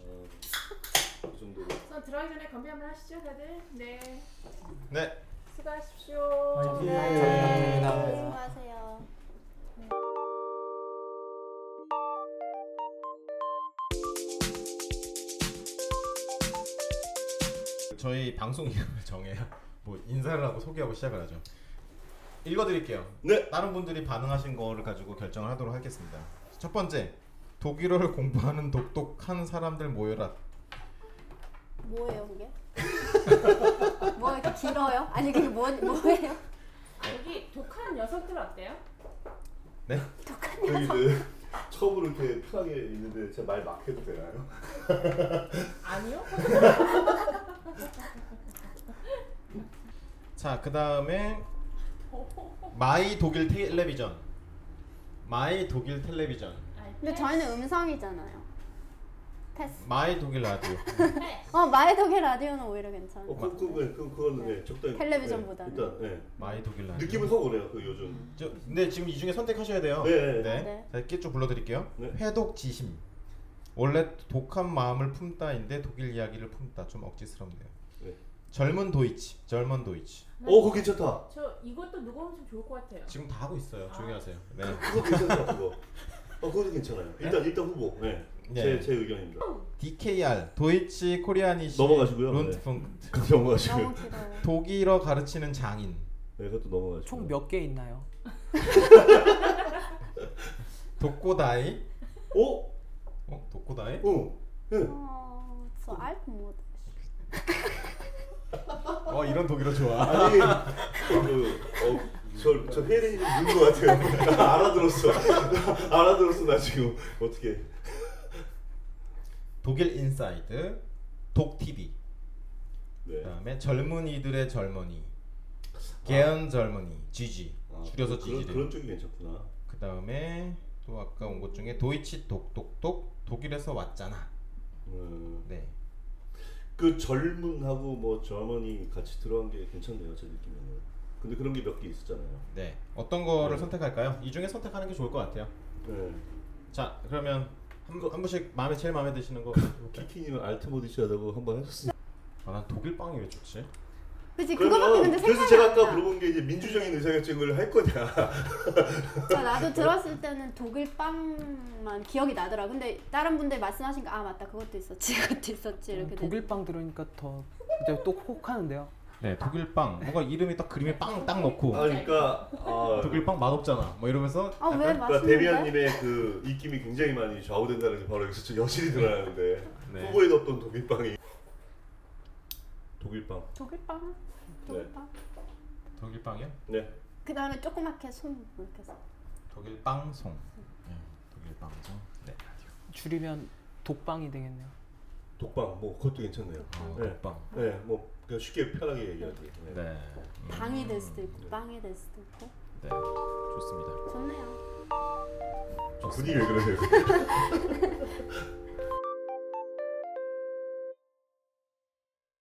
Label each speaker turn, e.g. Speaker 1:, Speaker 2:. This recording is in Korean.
Speaker 1: 어, 그
Speaker 2: 우선 들어가기 전에 건배 한번 하시죠, 다들. 네.
Speaker 1: 네.
Speaker 2: 수고하십시오.
Speaker 3: 화이팅.
Speaker 2: 네.
Speaker 3: 감사합니다.
Speaker 4: 수고하세요.
Speaker 1: 저희 방송 이름을 정해야 뭐 인사를 하고 소개하고 시작을 하죠. 읽어드릴게요.
Speaker 5: 네.
Speaker 1: 다른 분들이 반응하신 거를 가지고 결정을 하도록 하겠습니다. 첫 번째, 독일어를 공부하는 독똑한 사람들 모여라.
Speaker 4: 뭐예요 그게? 뭐 이렇게 길어요? 아니 그게 뭐, 뭐예요?
Speaker 2: 아, 여기 독한 녀석들 어때요?
Speaker 1: 네.
Speaker 4: 독한
Speaker 5: 여기 그 처음으로 이렇게 편하게 있는데 제 말 막 해도 되나요?
Speaker 2: 아니요.
Speaker 1: 자, 그 다음에 마이 독일 텔레비전. 마이 독일 텔레비전.
Speaker 2: 네.
Speaker 4: 근데 네, 저희는 음성이잖아요 패스
Speaker 1: 마이 독일 라디오.
Speaker 4: 어 마이덕의 라디오는 오히려 괜찮아
Speaker 5: 어, 그, 그, 그, 그, 그거는 네, 적당히.
Speaker 4: 텔레비전보다는.
Speaker 5: 네, 일단, 네.
Speaker 1: 마이 독일 라디오.
Speaker 5: 느낌은 확 오네요, 그 요즘.
Speaker 1: 저, 근데 지금 이 중에 선택하셔야 돼요.
Speaker 5: 네.
Speaker 1: 네.
Speaker 4: 네.
Speaker 1: 자, 이렇게 좀 불러드릴게요.
Speaker 5: 네.
Speaker 1: 회독지심. 원래 독한 마음을 품다인데 독일 이야기를 품다. 좀 억지스럽네요.
Speaker 5: 네.
Speaker 1: 젊은 도이치. 젊은 도이치.
Speaker 5: 어, 그거 괜찮다.
Speaker 2: 네. 저 이것도 누가 오면 좀 좋을 것 같아요.
Speaker 1: 지금 다 하고 있어요. 조용히 하세요. 네.
Speaker 5: 그거 괜찮다, 그거. 어, 그거도 괜찮아요. 일단, 일단 후보. 네.
Speaker 1: 네.
Speaker 5: 제, 제 의견입니다.
Speaker 1: DKR. 도이치 코리아니시.
Speaker 5: 넘어가시고요. 네.
Speaker 1: 룬트funkt.
Speaker 5: 그거 넘어가시고요.
Speaker 4: 너무 길어요
Speaker 1: 독일어 가르치는 장인.
Speaker 5: 네, 그것도 넘어가시고요.
Speaker 3: 총 몇 개 있나요?
Speaker 1: 독고다이.
Speaker 5: 어?
Speaker 1: 어? 독고다이?
Speaker 5: 어. 네.
Speaker 4: 어, 저 알프 못
Speaker 1: 어 이런 독일어 좋아.
Speaker 5: 아니, 그, 어, 저, 저 혜린이 좀 늦은 것 같아요. 알아들었어. 알아들었어, 나 지금. 어떻게.
Speaker 1: 독일 인사이드. 독TV.
Speaker 5: 네.
Speaker 1: 그다음에 젊은이들의 젊은이. 개연 젊은이. GG.
Speaker 5: 아,
Speaker 1: 줄여서
Speaker 5: 그런,
Speaker 1: GG를.
Speaker 5: 그런 쪽이 괜찮구나.
Speaker 1: 그 다음에 또 아까 온 것 중에 도이치 독독독 독일에서 왔잖아.
Speaker 5: 음,
Speaker 1: 네.
Speaker 5: 그 젊은하고 뭐 젊은이 같이 들어간 게 괜찮네요, 제 느낌에는. 근데 그런 게 몇 개 있었잖아요.
Speaker 1: 네. 어떤 거를
Speaker 5: 네.
Speaker 1: 선택할까요? 이 중에 선택하는 게 좋을 것 같아요.
Speaker 5: 네.
Speaker 1: 자, 그러면 한, 한 분씩 마음에 제일 마음에 드시는 거.
Speaker 5: 키키님은 알트 모디시하다고 한번 하셨어요.
Speaker 1: 아, 난 독일 빵이 왜 좋지?
Speaker 4: 그치 그거밖에 근데
Speaker 5: 그래서
Speaker 4: 생각이
Speaker 5: 제가
Speaker 4: 안 나.
Speaker 5: 아까 물어본 게 이제 민주적인 의사결정을 할 거냐.
Speaker 4: 저 나도 들었을 때는 독일 빵만 기억이 나더라 근데 다른 분들 말씀하신 거 아 맞다 그것도 있었지 그것도
Speaker 5: 음,
Speaker 4: 있었지 네, 이렇게
Speaker 3: 독일 빵 들으니까 더 이제 또 혹하는데요.
Speaker 1: 네, 독일 빵. 뭔가 이름이 딱 그림에 빵 딱 넣고
Speaker 5: 아, 그러니까 아,
Speaker 1: 독일 빵 맛없잖아. 뭐 이러면서
Speaker 4: 어, 아왜
Speaker 1: 약간-
Speaker 5: 그러니까
Speaker 4: 맛있는데?
Speaker 5: 데미안님의 그 입김이 굉장히 많이 좌우된다는 게 바로 여기서 좀 여실히 드러나는데
Speaker 1: 네.
Speaker 5: 후보에도 없던 독일빵이 독일빵.
Speaker 4: 독일 빵? 독일 빵?
Speaker 1: 독일 빵이요?
Speaker 5: 네.
Speaker 4: 그 다음에 조그맣게 손뭐 이렇게 해서
Speaker 1: 독일 빵송. 네, 독일 빵송. 네.
Speaker 3: 줄이면 독빵이 되겠네요.
Speaker 5: 독빵 뭐 그것도 괜찮네요.
Speaker 1: 어,
Speaker 5: 네.
Speaker 1: 독빵.
Speaker 5: 네, 뭐 그냥 쉽게 편하게 얘기하기. 네.
Speaker 1: 네. 음,
Speaker 4: 방이 될 수도 있고 빵이 될 수도 있고
Speaker 1: 네. 좋습니다.
Speaker 4: 좋네요
Speaker 5: 분위기 왜 그러세요?